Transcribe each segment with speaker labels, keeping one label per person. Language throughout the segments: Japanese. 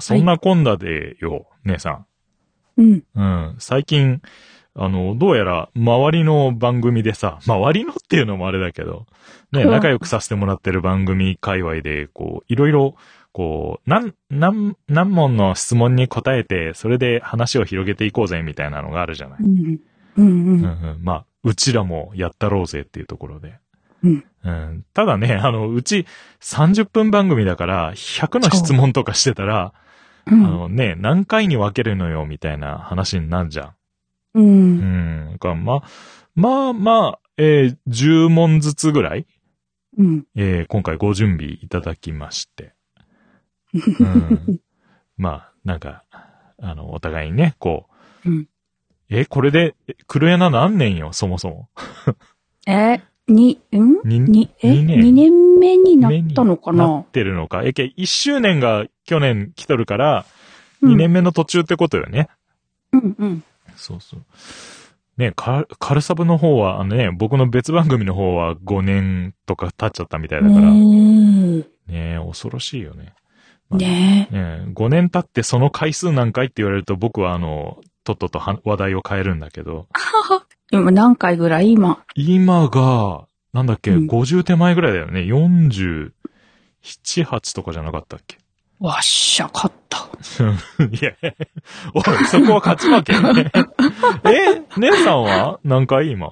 Speaker 1: そんなこんなでよ、姉さ
Speaker 2: うん。
Speaker 1: ん。うん。最近、あの、どうやら、周りの番組でさ、周りのっていうのもあれだけど、ね、
Speaker 2: うん
Speaker 1: 仲良くさせてもらってる番組界隈で、こう、いろいろ、こう、なん、なん、何問の質問に答えて、それで話を広げていこうぜ、みたいなのがあるじゃない。
Speaker 2: うん。う
Speaker 1: う
Speaker 2: ん。うんん。
Speaker 1: うん、まあ、うちらもやったろうぜっていうところで。
Speaker 2: うん。
Speaker 1: うん、ただね、あの、うち30分番組だから、100の質問とかしてたら、
Speaker 2: う
Speaker 1: あ
Speaker 2: ん。
Speaker 1: のね、何回に分けるのよ、みたいな話になんじゃ。
Speaker 2: うん。
Speaker 1: うんん。だからまあ、まあまあ、えー10問ずつぐらい、
Speaker 2: うん。
Speaker 1: えー今回ご準備いただきまして。 うん、まあ、なんか、あの、お互いにね、こう、
Speaker 2: うん
Speaker 1: え、これで、え黒柳何年よ、そもそも。
Speaker 2: え、に、ん
Speaker 1: に
Speaker 2: に、え、
Speaker 1: 二年
Speaker 2: 2年目になったのか
Speaker 1: な
Speaker 2: な
Speaker 1: ってるのか。えけ、1周年が去年来とるから、
Speaker 2: うん
Speaker 1: 2年目の途中ってことよね。
Speaker 2: うんうん。
Speaker 1: そうそう。ねカカルサブの方は、あのね、僕の別番組の方は5年とか経っちゃったみたいだから、ね
Speaker 2: ね
Speaker 1: 恐ろしいよね。
Speaker 2: え。ね
Speaker 1: ね5年経ってその回数何回って言われると僕はあの、とっととは話題を変えるんだけど、
Speaker 2: え。今何回ぐらい今。
Speaker 1: 今が、なんだっけ、
Speaker 2: うん
Speaker 1: 50手前ぐらいだよね。47、8とかじゃなかったっけ
Speaker 2: わっしゃ、勝った。
Speaker 1: いや、おい、そこは勝ち負けね。 え、姉さんは何回今。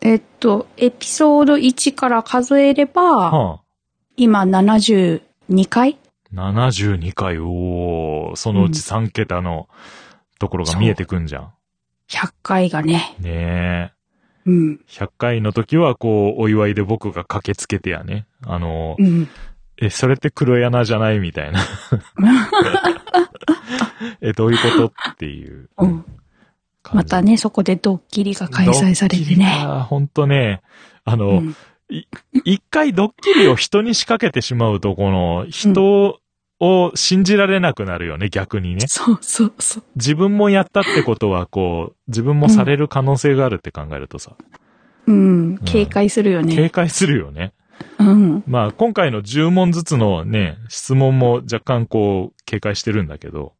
Speaker 2: えっと、エピソード1から数えれば、
Speaker 1: はあ、
Speaker 2: 今72回
Speaker 1: 72回、おー、そのうち3桁のところが見えてくんじゃん。
Speaker 2: ?100 回がね。
Speaker 1: ね
Speaker 2: うん
Speaker 1: え。。100回の時は、こう、お祝いで僕が駆けつけてやね。あの
Speaker 2: う、ん。
Speaker 1: え、それって黒柳じゃないみた いな。え、どういうことっていう
Speaker 2: う
Speaker 1: 感
Speaker 2: ん。
Speaker 1: じ。
Speaker 2: またね、そこでドッキリが開催されてね。
Speaker 1: ああ、ほんとね。あの、
Speaker 2: うん
Speaker 1: 一回ドッキリを人に仕掛けてしまうと、この、人を信じられなくなるよね、逆にね。
Speaker 2: そうそうそう。
Speaker 1: 自分もやったってことは、こう、自分もされる可能性があるって考えるとさ、
Speaker 2: うん。警戒するよね。
Speaker 1: 警戒するよね。
Speaker 2: うん。
Speaker 1: まあ、今回の10問ずつのね、質問も若干こう、警戒してるんだけ ど。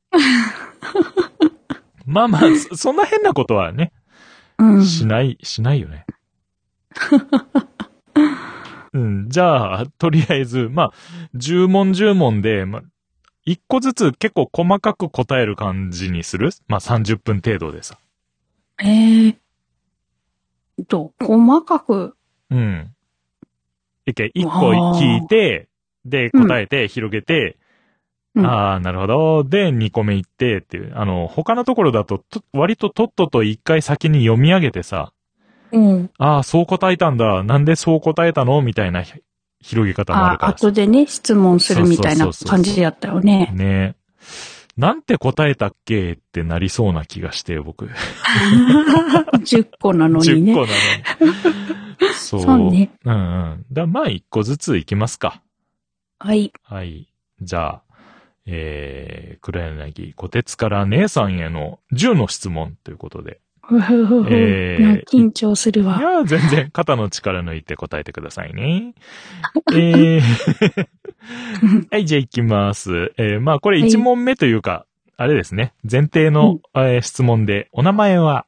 Speaker 1: まあまあ、そそんな変なことはね、
Speaker 2: うん。
Speaker 1: しない、しない よね。うん、じゃあ、とりあえず、まあ、10問10問で、まあ、1個ずつ結構細かく答える感じにするまあ、30分程度でさ。
Speaker 2: ええと、細かく、
Speaker 1: うん。いけ、1個聞いて、で、答えて、広げて、
Speaker 2: うん
Speaker 1: ああ、なるほど。で、2個目行って、っていう。あの、他のところだと、と割ととっとと1回先に読み上げてさ、
Speaker 2: うん。
Speaker 1: ああ、そう答えたんだ。なんでそう答えたのみたいなひ広げ方もある
Speaker 2: あ、
Speaker 1: からさ
Speaker 2: 後でね、質問するみたい
Speaker 1: そ
Speaker 2: な
Speaker 1: うそうそうそう
Speaker 2: 感じやったよね。
Speaker 1: ねなんて答えたっけってなりそうな気がして、僕。
Speaker 2: 10個なのに
Speaker 1: 10
Speaker 2: ね。
Speaker 1: 個なの に。そう。
Speaker 2: そうね。
Speaker 1: うんうん。だまあ、1個ずついきますか。
Speaker 2: はい。
Speaker 1: はい。じゃあ、えー、黒柳、小鉄から姉さんへの10の質問ということで。
Speaker 2: ふふふふ
Speaker 1: えー
Speaker 2: なんか緊張する
Speaker 1: い
Speaker 2: わ。
Speaker 1: やー、全然 肩の力抜いて答えてください ね。えー、はい、じゃあ行きます。えー、まあこれ
Speaker 2: はい
Speaker 1: 1問目というか、あれですね。前提の、えー質問で、お名前は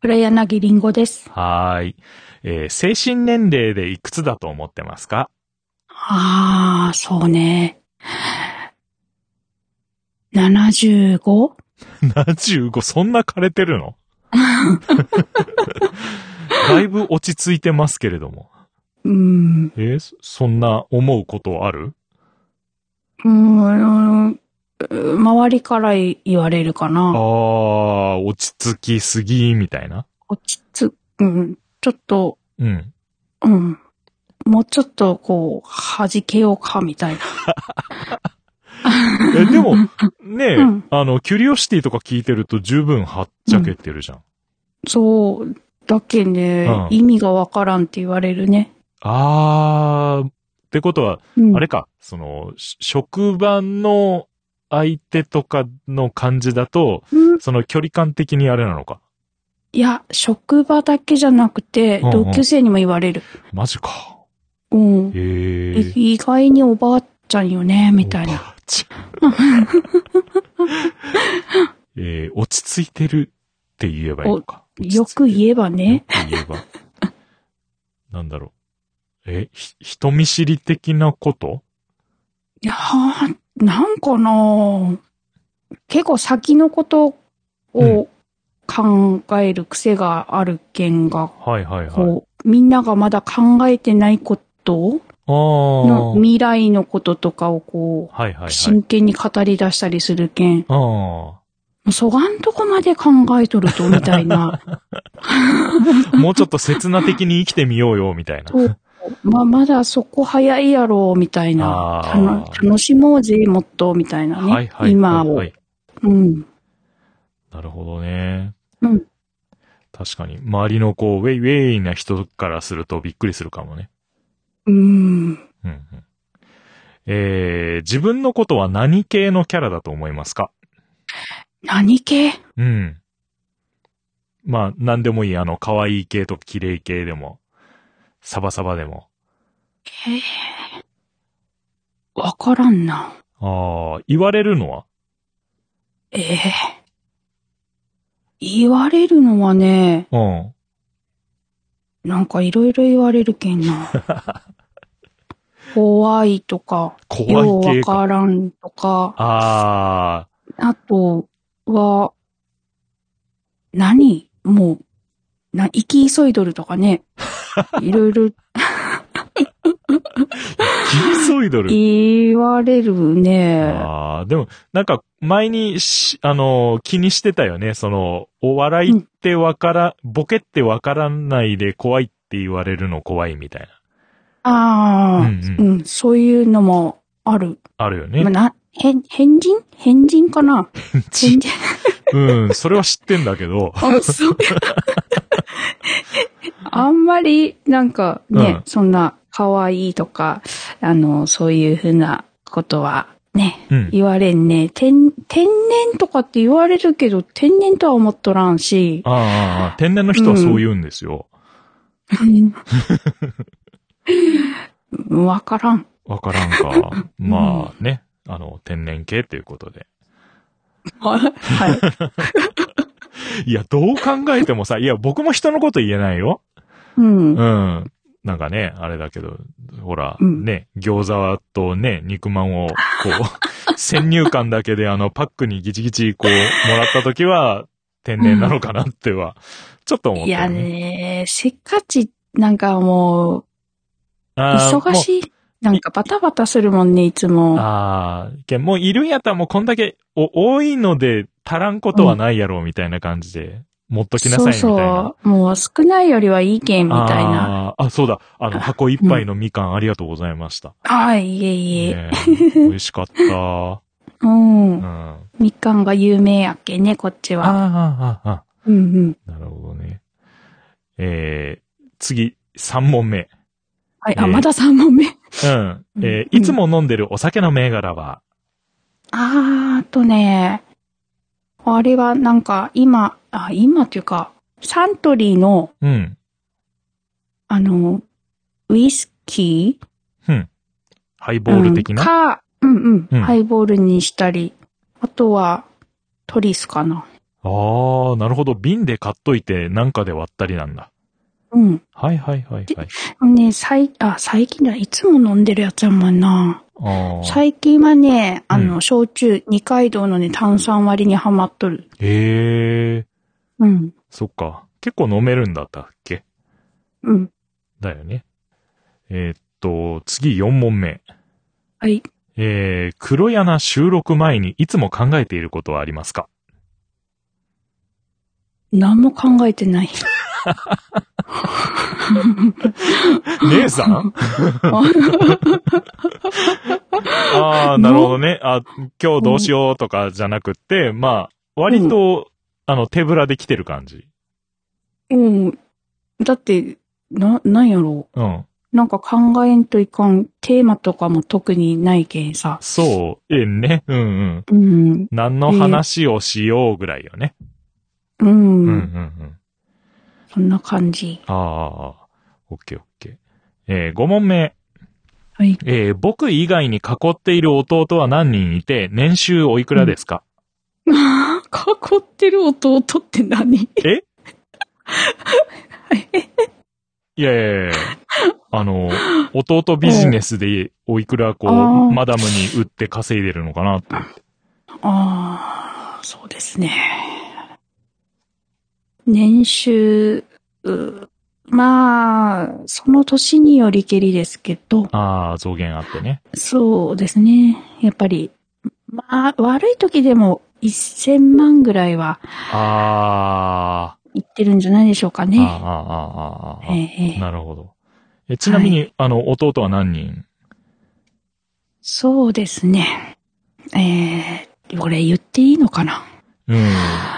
Speaker 2: 黒柳りんごです。
Speaker 1: はーい。えー、精神年齢でいくつだと思ってますか
Speaker 2: ああ、そうね。75?
Speaker 1: ?75、そんな枯れてるの だいぶ落ち着いてますけれども。
Speaker 2: うん。
Speaker 1: えーそそんな思うことある
Speaker 2: うん、うん周りから言われるか
Speaker 1: あ
Speaker 2: な。
Speaker 1: ー、落ち着きすぎ、みたいな。
Speaker 2: 落ち着く、うん、ちょっと、
Speaker 1: うん。
Speaker 2: うん。もうちょっと、こう、弾けようか、みたいな。
Speaker 1: え、で も、ねえ、
Speaker 2: うん
Speaker 1: あの、キュリオシティとか聞いてると十分はっちゃけてるじゃん。
Speaker 2: そう、だけね、
Speaker 1: うん
Speaker 2: 意味がわからんって言われるね。
Speaker 1: あー、ってことは、
Speaker 2: うん、
Speaker 1: あれか、その、し職場の相手とかの感じだと、
Speaker 2: うん
Speaker 1: その距離感的にあれなのか。
Speaker 2: いや、職場だけじゃなくて、
Speaker 1: うんうん
Speaker 2: 同級生にも言われる。
Speaker 1: マジか。
Speaker 2: うん。
Speaker 1: へえ。
Speaker 2: 意外におばあちゃんよね、みたいな。
Speaker 1: ばあちゃう。えー落ち着いてるって言えばいいのか。
Speaker 2: よく言えばね。
Speaker 1: よく言えば。 なんだろう。え、ひ人見知り的なこと
Speaker 2: いやー、なんかなー結構先のことを考える癖があるけんが、
Speaker 1: はいはいはい。
Speaker 2: こう、みんながまだ考えてないこと
Speaker 1: あ
Speaker 2: の
Speaker 1: あ。
Speaker 2: 未来のこととかをこ、
Speaker 1: はいはいうはい。
Speaker 2: 真剣に語り出したりするけん、も
Speaker 1: あ
Speaker 2: うそがんとこまで考えとると、みた いな。
Speaker 1: あ。もうちょっと刹那的に生きてみようよ、みたいな。
Speaker 2: そうまあ、まだそこ早いやろ、みたいな。
Speaker 1: あ
Speaker 2: た
Speaker 1: ー
Speaker 2: の楽しもうぜ、もっと、みたいなね。
Speaker 1: はいはいはい、
Speaker 2: 今を。
Speaker 1: はい。
Speaker 2: うん。
Speaker 1: なるほどね。
Speaker 2: うん。
Speaker 1: 確かに。周りのこう、ウェイウェイな人からするとびっくりするかもね。
Speaker 2: うん。
Speaker 1: うんうん。えー、自分のことは何系のキャラだと思いますか
Speaker 2: 何系
Speaker 1: うん。まあ、何でもいい。あの、可愛い系と綺麗系でも、サバサバでも。
Speaker 2: へえ。わからんな。
Speaker 1: ああ、言われるのは
Speaker 2: ええ言われるのはね、
Speaker 1: うん。
Speaker 2: なんかいろいろ言われるけん な。怖いとか、よう
Speaker 1: 怖い
Speaker 2: わ
Speaker 1: 系か。
Speaker 2: からんとか、
Speaker 1: ああ、
Speaker 2: あとは、何もう、な、生き急いどると かね。いろいろ
Speaker 1: キーソイドル。
Speaker 2: 言われるね。
Speaker 1: ああ、でも、なんか、前にし、あのー、気にしてたよね。その、お笑いってわから、ボケってわからないで怖いって言われるの怖いみたいな。
Speaker 2: ああ、
Speaker 1: うんう
Speaker 2: うん、そういうのもある。
Speaker 1: あるよね
Speaker 2: まあ、。な、変、変人変人 かな変人。
Speaker 1: うん、それは知ってんだけど。
Speaker 2: あ、そう。 あんまり、なんかね、
Speaker 1: うん
Speaker 2: そんな、可愛いとか、あの、そういうふうなことは、ね、
Speaker 1: うん。
Speaker 2: 言われんね。天、天然とかって言われるけど、天然とは思っとらんし、
Speaker 1: ああああ、天然の人はそう言うんですよ。
Speaker 2: わからん。
Speaker 1: わからん か。まあね。あの、天然系ということで。
Speaker 2: はい。
Speaker 1: いや、どう考えてもさ、いや、僕も人のこと言えないよ。
Speaker 2: うん。
Speaker 1: うん。なんかね、あれだけど、ほら、
Speaker 2: うん
Speaker 1: ね、餃子とね、肉まんを、こ う、先入観だけであの、パックにギチギチ、こう、もらった時は、天然なのかなっては、ちょっと思っ
Speaker 2: い
Speaker 1: たよ
Speaker 2: や
Speaker 1: ね。
Speaker 2: ね、せっかち、なんかもう、
Speaker 1: あー
Speaker 2: 忙
Speaker 1: も
Speaker 2: しい。なんかバタバタするもんね、いつも
Speaker 1: う。。ああ、けんもういるんやったらもうこんだけ、お、多いので、足らんことはないやろ、みたいな感じで、持っときなさい、みたいな。
Speaker 2: そうそう。もう少ないよりはいいけん、みたいな。
Speaker 1: あーあ、そうだ。あの、箱一杯のみかんありがとうございました。
Speaker 2: はい、いえいえ。
Speaker 1: ねえ 美味しか った。
Speaker 2: うん。
Speaker 1: うん。
Speaker 2: みかんが有名やっけね、こっちは。
Speaker 1: ああ、ああ、あ
Speaker 2: うんうん。
Speaker 1: あ。なるほどね。えー、次、3問目。
Speaker 2: はい、
Speaker 1: え
Speaker 2: あ、
Speaker 1: ー
Speaker 2: まだ3問目。
Speaker 1: うん。えー
Speaker 2: うん
Speaker 1: いつも飲んでるお酒の銘柄は、
Speaker 2: あーっとね、あれはなんか今、あ、今っていうか、サントリーの、
Speaker 1: うん。
Speaker 2: あの、ウイスキー
Speaker 1: ハイボール的
Speaker 2: うん
Speaker 1: な。
Speaker 2: か、うんうん、
Speaker 1: うん
Speaker 2: ハイボールにしたり、あとは、トリスかな。
Speaker 1: ああ、なるほど。瓶で買っといて、なんかで割ったりなんだ。
Speaker 2: うん。
Speaker 1: はいはいはいはい。
Speaker 2: ね、最、あ、最近だ、いつも飲んでるやつやもんな。
Speaker 1: ああ。
Speaker 2: 最近はね、あの、
Speaker 1: う
Speaker 2: 焼酎、二階堂のね、炭酸割りにハマっとる。
Speaker 1: へえ、
Speaker 2: うん。
Speaker 1: そっか。結構飲めるんだったっけ
Speaker 2: うん。
Speaker 1: だよね。えーっと、次4問目。
Speaker 2: はい。
Speaker 1: えー、黒柳収録前にいつも考えていることはありますか
Speaker 2: 何も考えてない。
Speaker 1: 姉さんああ、なるほどね。あ、今日どうしようとかじゃなくって、まあ、割と、あの、手ぶらで来てる感じ。
Speaker 2: うん。だって、な、なんやろ
Speaker 1: うん。
Speaker 2: う。なんか考えんといかん。テーマとかも特にないけんさ。
Speaker 1: そう、ええね。うんうん。
Speaker 2: うん。
Speaker 1: 何の話をしようぐらいよね。
Speaker 2: う
Speaker 1: うん
Speaker 2: ん。
Speaker 1: うんうん。
Speaker 2: そんな感じ。
Speaker 1: ああ、オッケーオッケー。えー、5問目。
Speaker 2: はい。
Speaker 1: えー僕以外に囲っている弟は何人いて、年収おいくらですか、
Speaker 2: 囲ってる弟って何
Speaker 1: えいやいやいやい やあの、弟ビジネスでおいくらこ
Speaker 2: あ
Speaker 1: う、
Speaker 2: ー
Speaker 1: マダムに売って稼いでるのかなって。
Speaker 2: ああ、そうですね。年収、うまあ、その年によりけりですけど、
Speaker 1: ああ、増減あってね。
Speaker 2: そうですね。やっぱり、まあ、悪い時でも1000万ぐらいは
Speaker 1: あ
Speaker 2: いってるんじゃないでしょうか
Speaker 1: ー、あー、あー
Speaker 2: ね。
Speaker 1: あー、あーあー、
Speaker 2: ええ
Speaker 1: なるほど。えちなみに、あの、弟は何人
Speaker 2: そうですね。えー、これ言っていいのかな
Speaker 1: うん。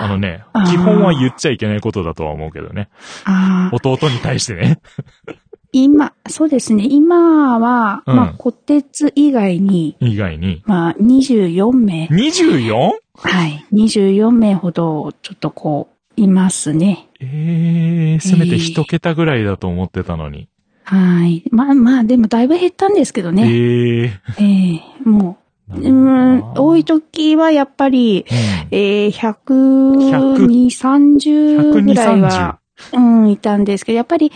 Speaker 1: あのね
Speaker 2: あ、ー
Speaker 1: 基本は言っちゃいけないことだとは思うけどね。
Speaker 2: ああ、
Speaker 1: 弟に対してね。
Speaker 2: 今、そうですね。今は、
Speaker 1: うん
Speaker 2: まあ、虎鉄以外に、
Speaker 1: 以外に。
Speaker 2: まあ、24名、
Speaker 1: 24?
Speaker 2: はい、24名ほど、ちょっとこう、いますね。
Speaker 1: ええせめて一桁ぐらいだと思ってたのに。
Speaker 2: はい。まあまあ、でもだいぶ減ったんですけどね。
Speaker 1: ええ
Speaker 2: ええも
Speaker 1: な
Speaker 2: う、う
Speaker 1: るほどな
Speaker 2: ーん、多い。時はやっぱり、
Speaker 1: うん
Speaker 2: えー、100、
Speaker 1: 100
Speaker 2: 230ぐら
Speaker 1: 120
Speaker 2: いは、うん、いたんですけど、やっぱり、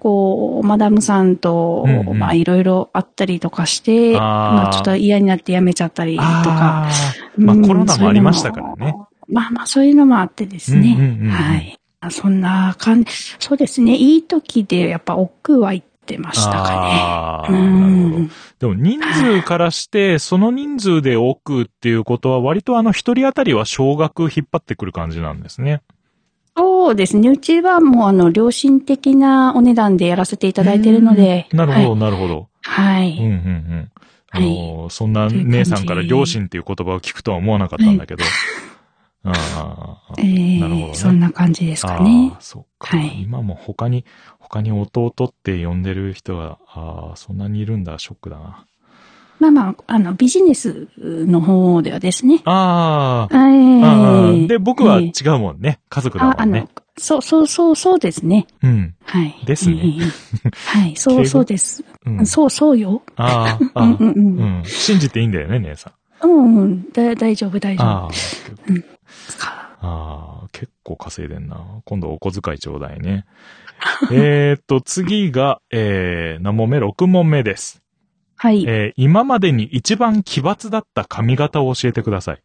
Speaker 2: こう、マダムさんと、
Speaker 1: うんうん
Speaker 2: まあ、いろいろあったりとかして、
Speaker 1: あー
Speaker 2: まあ、ちょっと嫌になって辞めちゃったりと
Speaker 1: あ
Speaker 2: か。
Speaker 1: ーまあ
Speaker 2: うん
Speaker 1: コロナもありましたから。
Speaker 2: そういう
Speaker 1: ね
Speaker 2: のもまあまあ、そういうのもあってですね。
Speaker 1: うんうんうんうん
Speaker 2: はい。あそんな感じ。そうですね。いい時で、やっぱ、奥は行ってましたかね。
Speaker 1: あ
Speaker 2: う
Speaker 1: ーなるほど
Speaker 2: ん。
Speaker 1: でも人数からして、その人数で億っていうことは、割とあの一人当たりは少額引っ張ってくる感じなんですね。
Speaker 2: そうですね。うちはもう、あの、良心的なお値段でやらせていただいてるので。
Speaker 1: なる
Speaker 2: はい
Speaker 1: ほど、なるほど。
Speaker 2: は
Speaker 1: うんうん
Speaker 2: い。
Speaker 1: うん。あのー、そんな
Speaker 2: という感じ
Speaker 1: 姉さんから両親っていう言葉を聞くとは思わなかったんだけど。ああ
Speaker 2: えー
Speaker 1: なるほどね
Speaker 2: そんな感じですかね
Speaker 1: あ。あ、そっか。
Speaker 2: はい
Speaker 1: 今も他に、他に弟って呼んでる人が、ああ、そんなにいるんだ、ショックだな。
Speaker 2: まあまあ、あの、ビジネスの方ではですね。
Speaker 1: ああ、あ
Speaker 2: は
Speaker 1: あ
Speaker 2: い。
Speaker 1: で、僕は
Speaker 2: ええ
Speaker 1: 違うもんね。家族だ
Speaker 2: あ、
Speaker 1: も
Speaker 2: あ
Speaker 1: んね
Speaker 2: の。、そう、そう、そう、そうですね。
Speaker 1: うん。
Speaker 2: はい。
Speaker 1: ですね
Speaker 2: えーはい、 そ
Speaker 1: 敬語
Speaker 2: う、そうです。
Speaker 1: うん。
Speaker 2: そう、そうよ。
Speaker 1: ああ、
Speaker 2: うん
Speaker 1: あ
Speaker 2: うん
Speaker 1: あ、うん。信じていいんだよね、姉さん。
Speaker 2: うん。うんうん、だ大丈夫、大丈夫
Speaker 1: ああ、
Speaker 2: ですか。
Speaker 1: ああ、結構稼いでんな。今度お小遣いちょうだい ね。えーっと、次が、えー、何問目 ?6 問目です。
Speaker 2: はい。
Speaker 1: えー、今までに一番奇抜だった髪型を教えてください。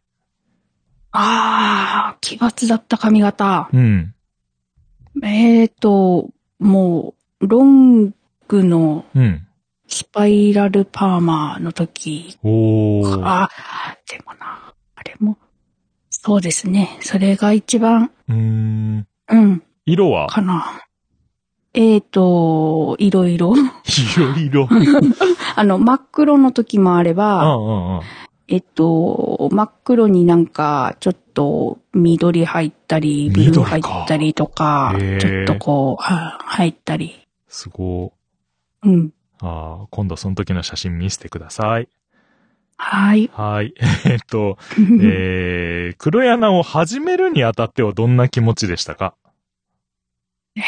Speaker 2: ああ、奇抜だった髪型。
Speaker 1: うん。
Speaker 2: えーと、もう、ロングの
Speaker 1: うん。
Speaker 2: スパイラルパーマーの時
Speaker 1: おー。
Speaker 2: あ、でもな、あれも、そうですね。それが一番、
Speaker 1: うーん。
Speaker 2: うん、
Speaker 1: 色は、
Speaker 2: かな。えーと、いろいろ。
Speaker 1: いろい ろ。
Speaker 2: あの、真っ黒の時もあれ
Speaker 1: う
Speaker 2: ば、
Speaker 1: んうんうん。
Speaker 2: えっと、真っ黒になんか、ちょっと緑入ったり、ブルー入
Speaker 1: 緑か
Speaker 2: ったりとか、
Speaker 1: へー
Speaker 2: ちょっとこう、は入ったり。
Speaker 1: すご
Speaker 2: うん。
Speaker 1: ー。ああ、今度その時の写真見せてください。
Speaker 2: はい。
Speaker 1: はい。 えーっと、 えー、黒柳を始めるにあたってはどんな気持ちでしたか
Speaker 2: え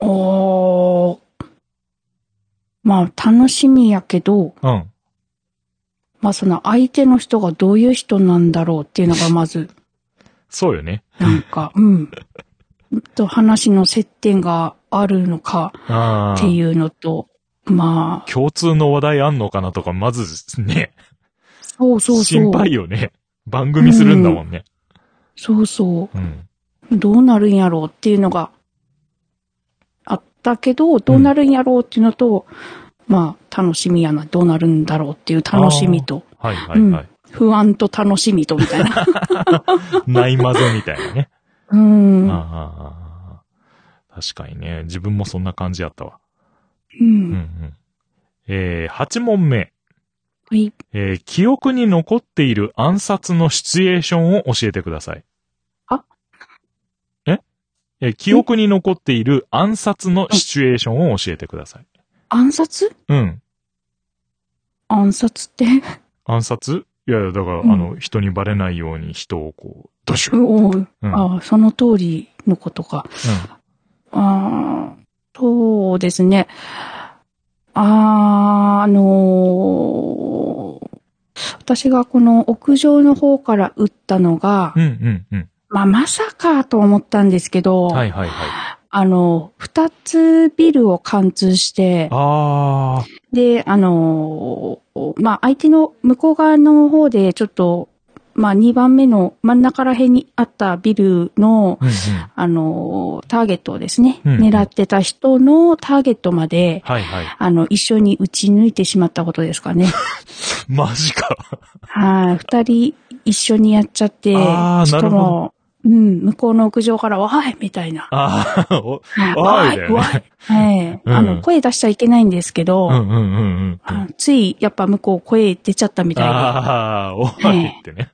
Speaker 2: ー、おー。まあ、楽しみやけど、
Speaker 1: うん。
Speaker 2: まあ、その相手の人がどういう人なんだろうっていうのが まず、
Speaker 1: そうよね。
Speaker 2: なんか、うん。と話の接点があるのか
Speaker 1: ああ。
Speaker 2: っていうのと、まあ、
Speaker 1: 共通の話題あんのかなとか、まずね、
Speaker 2: そうそうそう。
Speaker 1: 心配よね。番組するんだもんね。
Speaker 2: そうそ
Speaker 1: うん。
Speaker 2: う。どうなるんやろうっていうのがあったけど、どうなるんやろうっていうのと、まあ、楽しみやな、どうなるんだろうっていう楽しみと、
Speaker 1: はいはいはい。
Speaker 2: 不安と楽しみとみた いな。
Speaker 1: ないまぜみたいなね。
Speaker 2: うん。
Speaker 1: ああああああ確かにね、自分もそんな感じやったわ。
Speaker 2: う。
Speaker 1: うんうんん。えー、8問目。
Speaker 2: はい。
Speaker 1: えー、記憶に残っている暗殺のシチュエーションを教えてください。
Speaker 2: あ
Speaker 1: ええー記憶に残っている暗殺のシチュエーションを教えてください。
Speaker 2: 暗殺
Speaker 1: うん。
Speaker 2: 暗殺って、
Speaker 1: 暗殺いやいや、だから、
Speaker 2: うん
Speaker 1: あの、人にバレないように人をこう、ドシュッ。う
Speaker 2: おう
Speaker 1: ん。うん
Speaker 2: ああ、その通りのことか。ああ、そうですね。あー、あのー私がこの屋上の方から打ったのが、
Speaker 1: うんうんうん。
Speaker 2: まあ、まさかと思ったんですけど、
Speaker 1: はいはいはい。
Speaker 2: あの、二つビルを貫通して、
Speaker 1: あ
Speaker 2: で、あのーまあ、相手の向こう側の方で、ちょっと、まあ、2番目の真ん中ら辺にあったビルの、
Speaker 1: ー。うんうん。
Speaker 2: あのーターゲットをですね、
Speaker 1: うん
Speaker 2: 狙ってた人のターゲットまで、
Speaker 1: はいはい。
Speaker 2: あの、一緒に撃ち抜いてしまったことですか ね。
Speaker 1: マジか。
Speaker 2: はい、二人一緒にやっちゃって、
Speaker 1: あー
Speaker 2: しか
Speaker 1: なるほ
Speaker 2: も、うん、向こうの屋上から、わーいみたいな。
Speaker 1: ああ、お、
Speaker 2: はい
Speaker 1: わーいだよね
Speaker 2: わ ーいはい。
Speaker 1: うん
Speaker 2: あの、声出しちゃいけないんですけど、
Speaker 1: うんうんうんうん。
Speaker 2: あのつい、やっぱ向こう声出ちゃったみたいな。
Speaker 1: ああ、おいってね。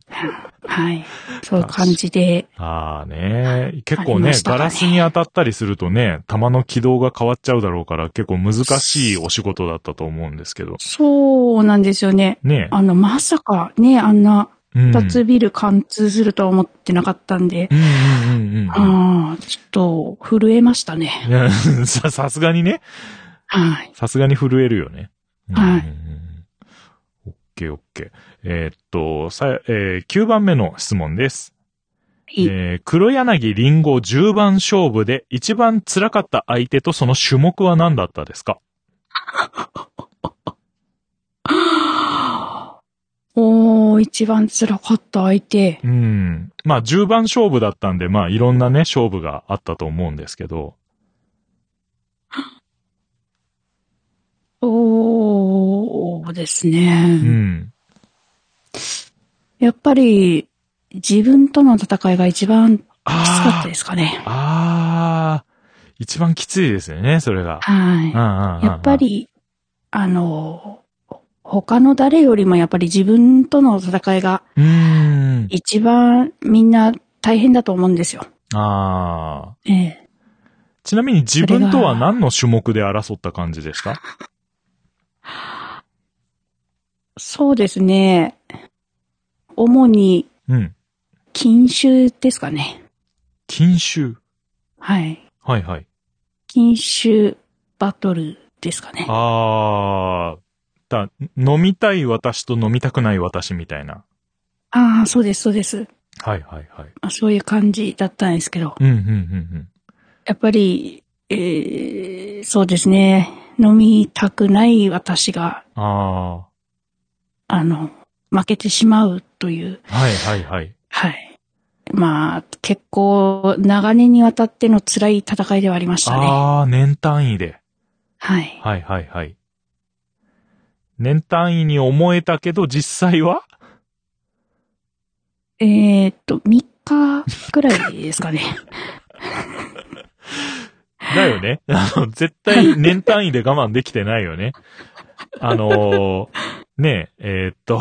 Speaker 2: はい。そういう感じで。
Speaker 1: ああね。結構
Speaker 2: あり
Speaker 1: ね
Speaker 2: ました
Speaker 1: ガ
Speaker 2: かね
Speaker 1: ラスに当たったりするとね、弾の軌道が変わっちゃうだろうから、結構難しいお仕事だったと思うんですけど。
Speaker 2: そうなんですよね。
Speaker 1: ね
Speaker 2: あの、まさかね、あんな
Speaker 1: え。うん。
Speaker 2: 二つビル貫通するとは思ってなかったんで、
Speaker 1: うんうんうんうん
Speaker 2: ああ、ちょっと、震えましたね。
Speaker 1: いや。 さ、さすがにね。
Speaker 2: はい。
Speaker 1: さすがに震えるよね。
Speaker 2: はい
Speaker 1: い。オッケーオッケー。えーっと、さ、えー、9番目の質問です。
Speaker 2: いい
Speaker 1: えー黒柳りんご10番勝負で一番辛かった相手とその種目は何だったですか
Speaker 2: おー、一番辛かった相手。
Speaker 1: うん。まあ、10番勝負だったんで、まあ、いろんなね、勝負があったと思うんですけど。
Speaker 2: おー、です
Speaker 1: う
Speaker 2: ね。
Speaker 1: ん。
Speaker 2: やっぱり、自分との戦いが一番きつかっ
Speaker 1: あ
Speaker 2: たですかね。
Speaker 1: あ。ああ。一番きついですよね、それが。
Speaker 2: はい。
Speaker 1: や
Speaker 2: やっぱ。り、あの、他の誰よりもやっぱり自分との戦いが
Speaker 1: うん。
Speaker 2: 一番みんな大変だと思うんですよ。
Speaker 1: ああ。
Speaker 2: ええ。
Speaker 1: ちなみに自分とは何の種目で争った感じですか
Speaker 2: そうですね。主に
Speaker 1: うん。
Speaker 2: 禁酒ですかね。
Speaker 1: 禁酒。
Speaker 2: はい。
Speaker 1: はいはい。
Speaker 2: 禁酒バトルですかね。
Speaker 1: あー。だ、飲みたい私と飲みたくない私みたいな。
Speaker 2: ああ、そうです、そうです。
Speaker 1: はいはいはい。
Speaker 2: まあそういう感じだったんですけど。
Speaker 1: うんうんうん
Speaker 2: やっぱり、えーそうですね。飲みたくない私が、
Speaker 1: うん。あ
Speaker 2: あの、負けてしまうという
Speaker 1: ー。はいはいはい。
Speaker 2: はい。まあ、結構、長年にわたっての辛い戦いではありましたね。
Speaker 1: あー、年単位で。
Speaker 2: はい。
Speaker 1: はいはいはい。年単位に思えたけど、実際 は
Speaker 2: えーっと、3日くらいですかね。
Speaker 1: だよね。あの、絶対年単位で我慢できてないよね。あのーねえ、えーっと、尾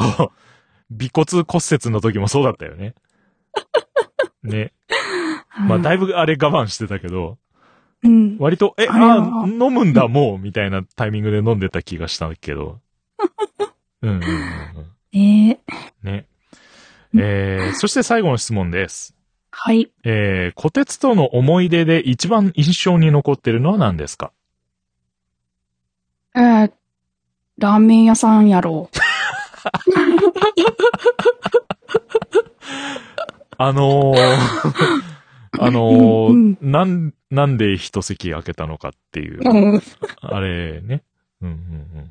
Speaker 1: 骨骨折の時もそうだったよね。ね。 まあ、だいぶあれ我慢してたけど、
Speaker 2: うん。
Speaker 1: 割と、え、
Speaker 2: あれは
Speaker 1: ああ、飲むんだ、もう、みたいなタイミングで飲んでた気がしたけど。うんうんうんうん。
Speaker 2: えー、
Speaker 1: ね。えー、そして最後の質問です。
Speaker 2: はい。
Speaker 1: えー、小鉄との思い出で一番印象に残ってるのは何ですか
Speaker 2: えー、ラーメン屋さんやろう。
Speaker 1: あの ー、あの
Speaker 2: うんう
Speaker 1: ー
Speaker 2: ん、
Speaker 1: なん、なんで一席空けたのかっていう、
Speaker 2: うん
Speaker 1: あれね。うんうんうん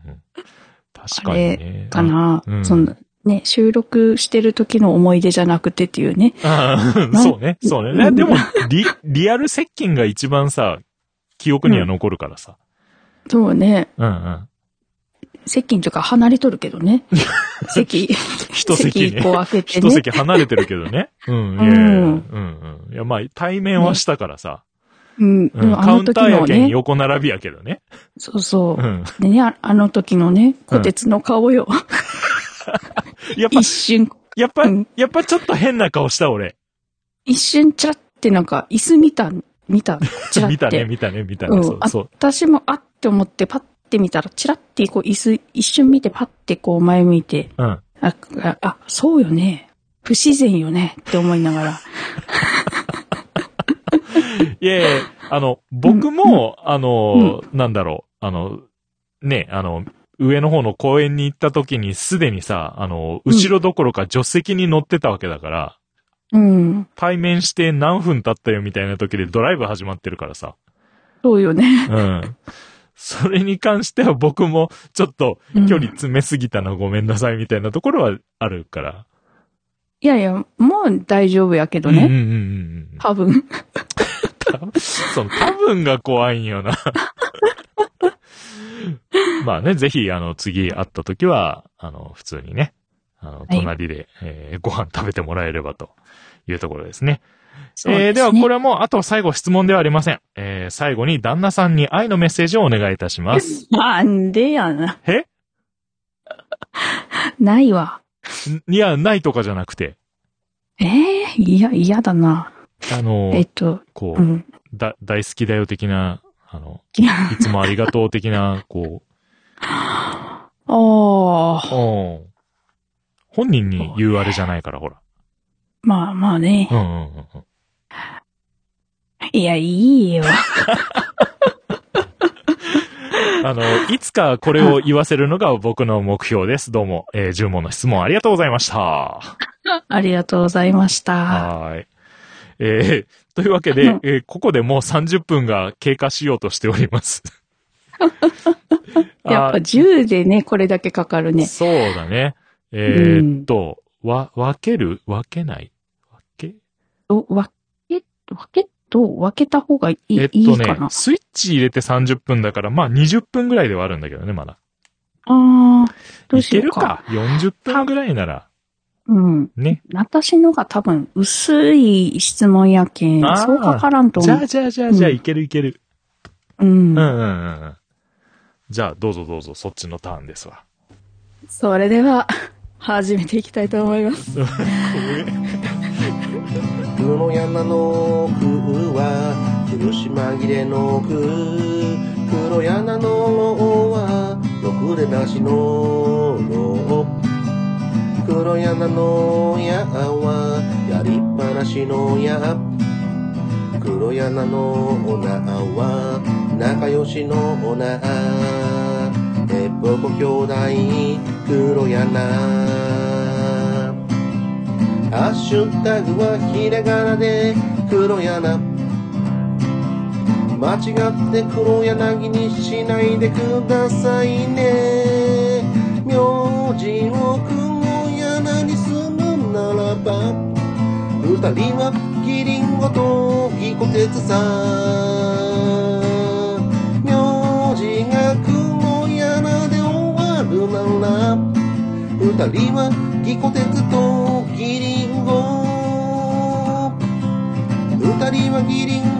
Speaker 1: うん。確かにね。
Speaker 2: かな、
Speaker 1: うん
Speaker 2: その、ね、収録してる時の思い出じゃなくてっていうね。
Speaker 1: あ。あそうね、そうね。ねでも、リ、リアル接近が一番さ、記憶には残るからさ。
Speaker 2: そうね。
Speaker 1: うんうん。
Speaker 2: 席とか離れとるけど ね。席、
Speaker 1: 一席
Speaker 2: 一
Speaker 1: ね。
Speaker 2: 個開けて
Speaker 1: 一
Speaker 2: ね。
Speaker 1: 席離れてるけどね。うん、いやいやいやうんうん。いや、まあ、対面はしたからさ。
Speaker 2: うん。で
Speaker 1: うん、
Speaker 2: もあ
Speaker 1: カウ
Speaker 2: の
Speaker 1: ンタ
Speaker 2: 時
Speaker 1: ーや
Speaker 2: の
Speaker 1: けん
Speaker 2: ね。
Speaker 1: 横並びやけどね。
Speaker 2: そうそう
Speaker 1: う。ん。
Speaker 2: でね、ああの時のね、虎鉄の顔 よ。
Speaker 1: やっぱ
Speaker 2: 一、瞬、
Speaker 1: やっぱ
Speaker 2: うん、
Speaker 1: やっぱちょっと変な顔した俺。
Speaker 2: 一瞬ちゃってなんか、椅子見た、見た、ちらって。
Speaker 1: 見たね、見たね、見た
Speaker 2: う
Speaker 1: ね。
Speaker 2: ん
Speaker 1: そう、そう。
Speaker 2: 私もあって思って、パッて見たら、ちらってこう、椅子、一瞬見て、パッてこう前向いて、
Speaker 1: うん。
Speaker 2: あ、ああそうよね。不自然よねって思いな がら。
Speaker 1: いやいや、あの、僕も、あの、なんだろう、あの、ね、あの、上の方の公園に行った時にすでにさ、あの、後ろどころか助手席に乗ってたわけだから、
Speaker 2: うん。
Speaker 1: 対面して何分経ったよみたいな時でドライブ始まってるからさ。
Speaker 2: そうよね。
Speaker 1: うん。それに関しては僕もちょっと
Speaker 2: うん
Speaker 1: 距離詰めすぎたな、ごめんなさいみたいなところはあるから。
Speaker 2: いやいや、もう大丈夫やけど
Speaker 1: うんうん
Speaker 2: ね。
Speaker 1: うんうんうん。
Speaker 2: 多分。
Speaker 1: たその多分が怖いんよな。 まあね、ぜひ、あの、次会った時は、あの、普通にね、あの、隣で、えーご飯食べてもらえればというところですね。
Speaker 2: そうすね
Speaker 1: えーでは、これはもう、あと最後質問ではありません。えー最後に旦那さんに愛のメッセージをお願いいたします。
Speaker 2: なんでやな。
Speaker 1: え
Speaker 2: ないわ。
Speaker 1: んいや、ないとかじゃなくて、
Speaker 2: ええいや、嫌だな。
Speaker 1: あの、
Speaker 2: えっと、
Speaker 1: こ
Speaker 2: う
Speaker 1: う、
Speaker 2: ん。
Speaker 1: だ、大好きだよ的な、あの、
Speaker 2: いや、
Speaker 1: いつもありがとう的な、こう、
Speaker 2: あ
Speaker 1: う
Speaker 2: あ、
Speaker 1: ん本人に言うあれじゃないから、ほら。
Speaker 2: まあまあね
Speaker 1: う。んうんうんうん。
Speaker 2: いや、いいよ。
Speaker 1: あの、いつかこれを言わせるのが僕の目標です。どうも、えー、10問の質問ありがとうございました。
Speaker 2: ありがとうございました。
Speaker 1: はーい。えー、というわけ
Speaker 2: う
Speaker 1: で
Speaker 2: ん、
Speaker 1: えーここでもう30分が経過しようとしております。
Speaker 2: やっぱ10でね、これだけかかる
Speaker 1: あー
Speaker 2: ね。
Speaker 1: そうだね。えーっと、わ、分ける分けない分け
Speaker 2: ど分け、分け、どう分けた方がいい,、
Speaker 1: えっ
Speaker 2: い
Speaker 1: と
Speaker 2: いか
Speaker 1: ね
Speaker 2: な、。
Speaker 1: スイッチ入れて30分だから、まあ20分ぐらいではあるんだけどね、まだ。
Speaker 2: ああ、どう
Speaker 1: い
Speaker 2: し
Speaker 1: け
Speaker 2: よう
Speaker 1: る
Speaker 2: か。
Speaker 1: か。40分ぐらいなら、
Speaker 2: うん。
Speaker 1: ね。
Speaker 2: 私のが多分薄い質問やけん
Speaker 1: あー、
Speaker 2: そうかからんと
Speaker 1: じゃ
Speaker 2: 思う
Speaker 1: あ、。じゃあ、じゃあ、じゃあ、
Speaker 2: うん
Speaker 1: いけるいける。
Speaker 2: うん
Speaker 1: う。んうんうんうん。じゃあ、どうぞどうぞ、そっちのターンですわ。
Speaker 2: それでは、 始めていきたいと思います。
Speaker 3: 室の山の奥は苦し紛れの奥黒柳の王はろくでなしの王黒柳の矢はやりっぱなしの矢黒柳の女は仲良しの女えっぽこ兄弟黒柳ハッシュタグはひらがなで黒柳間違って黒柳にしないでくださいね名字を黒柳にするならば二人はキリンゴとギコテツさ名字が黒柳で終わるなら二人はギコ鉄とギリンゴ二人はギリン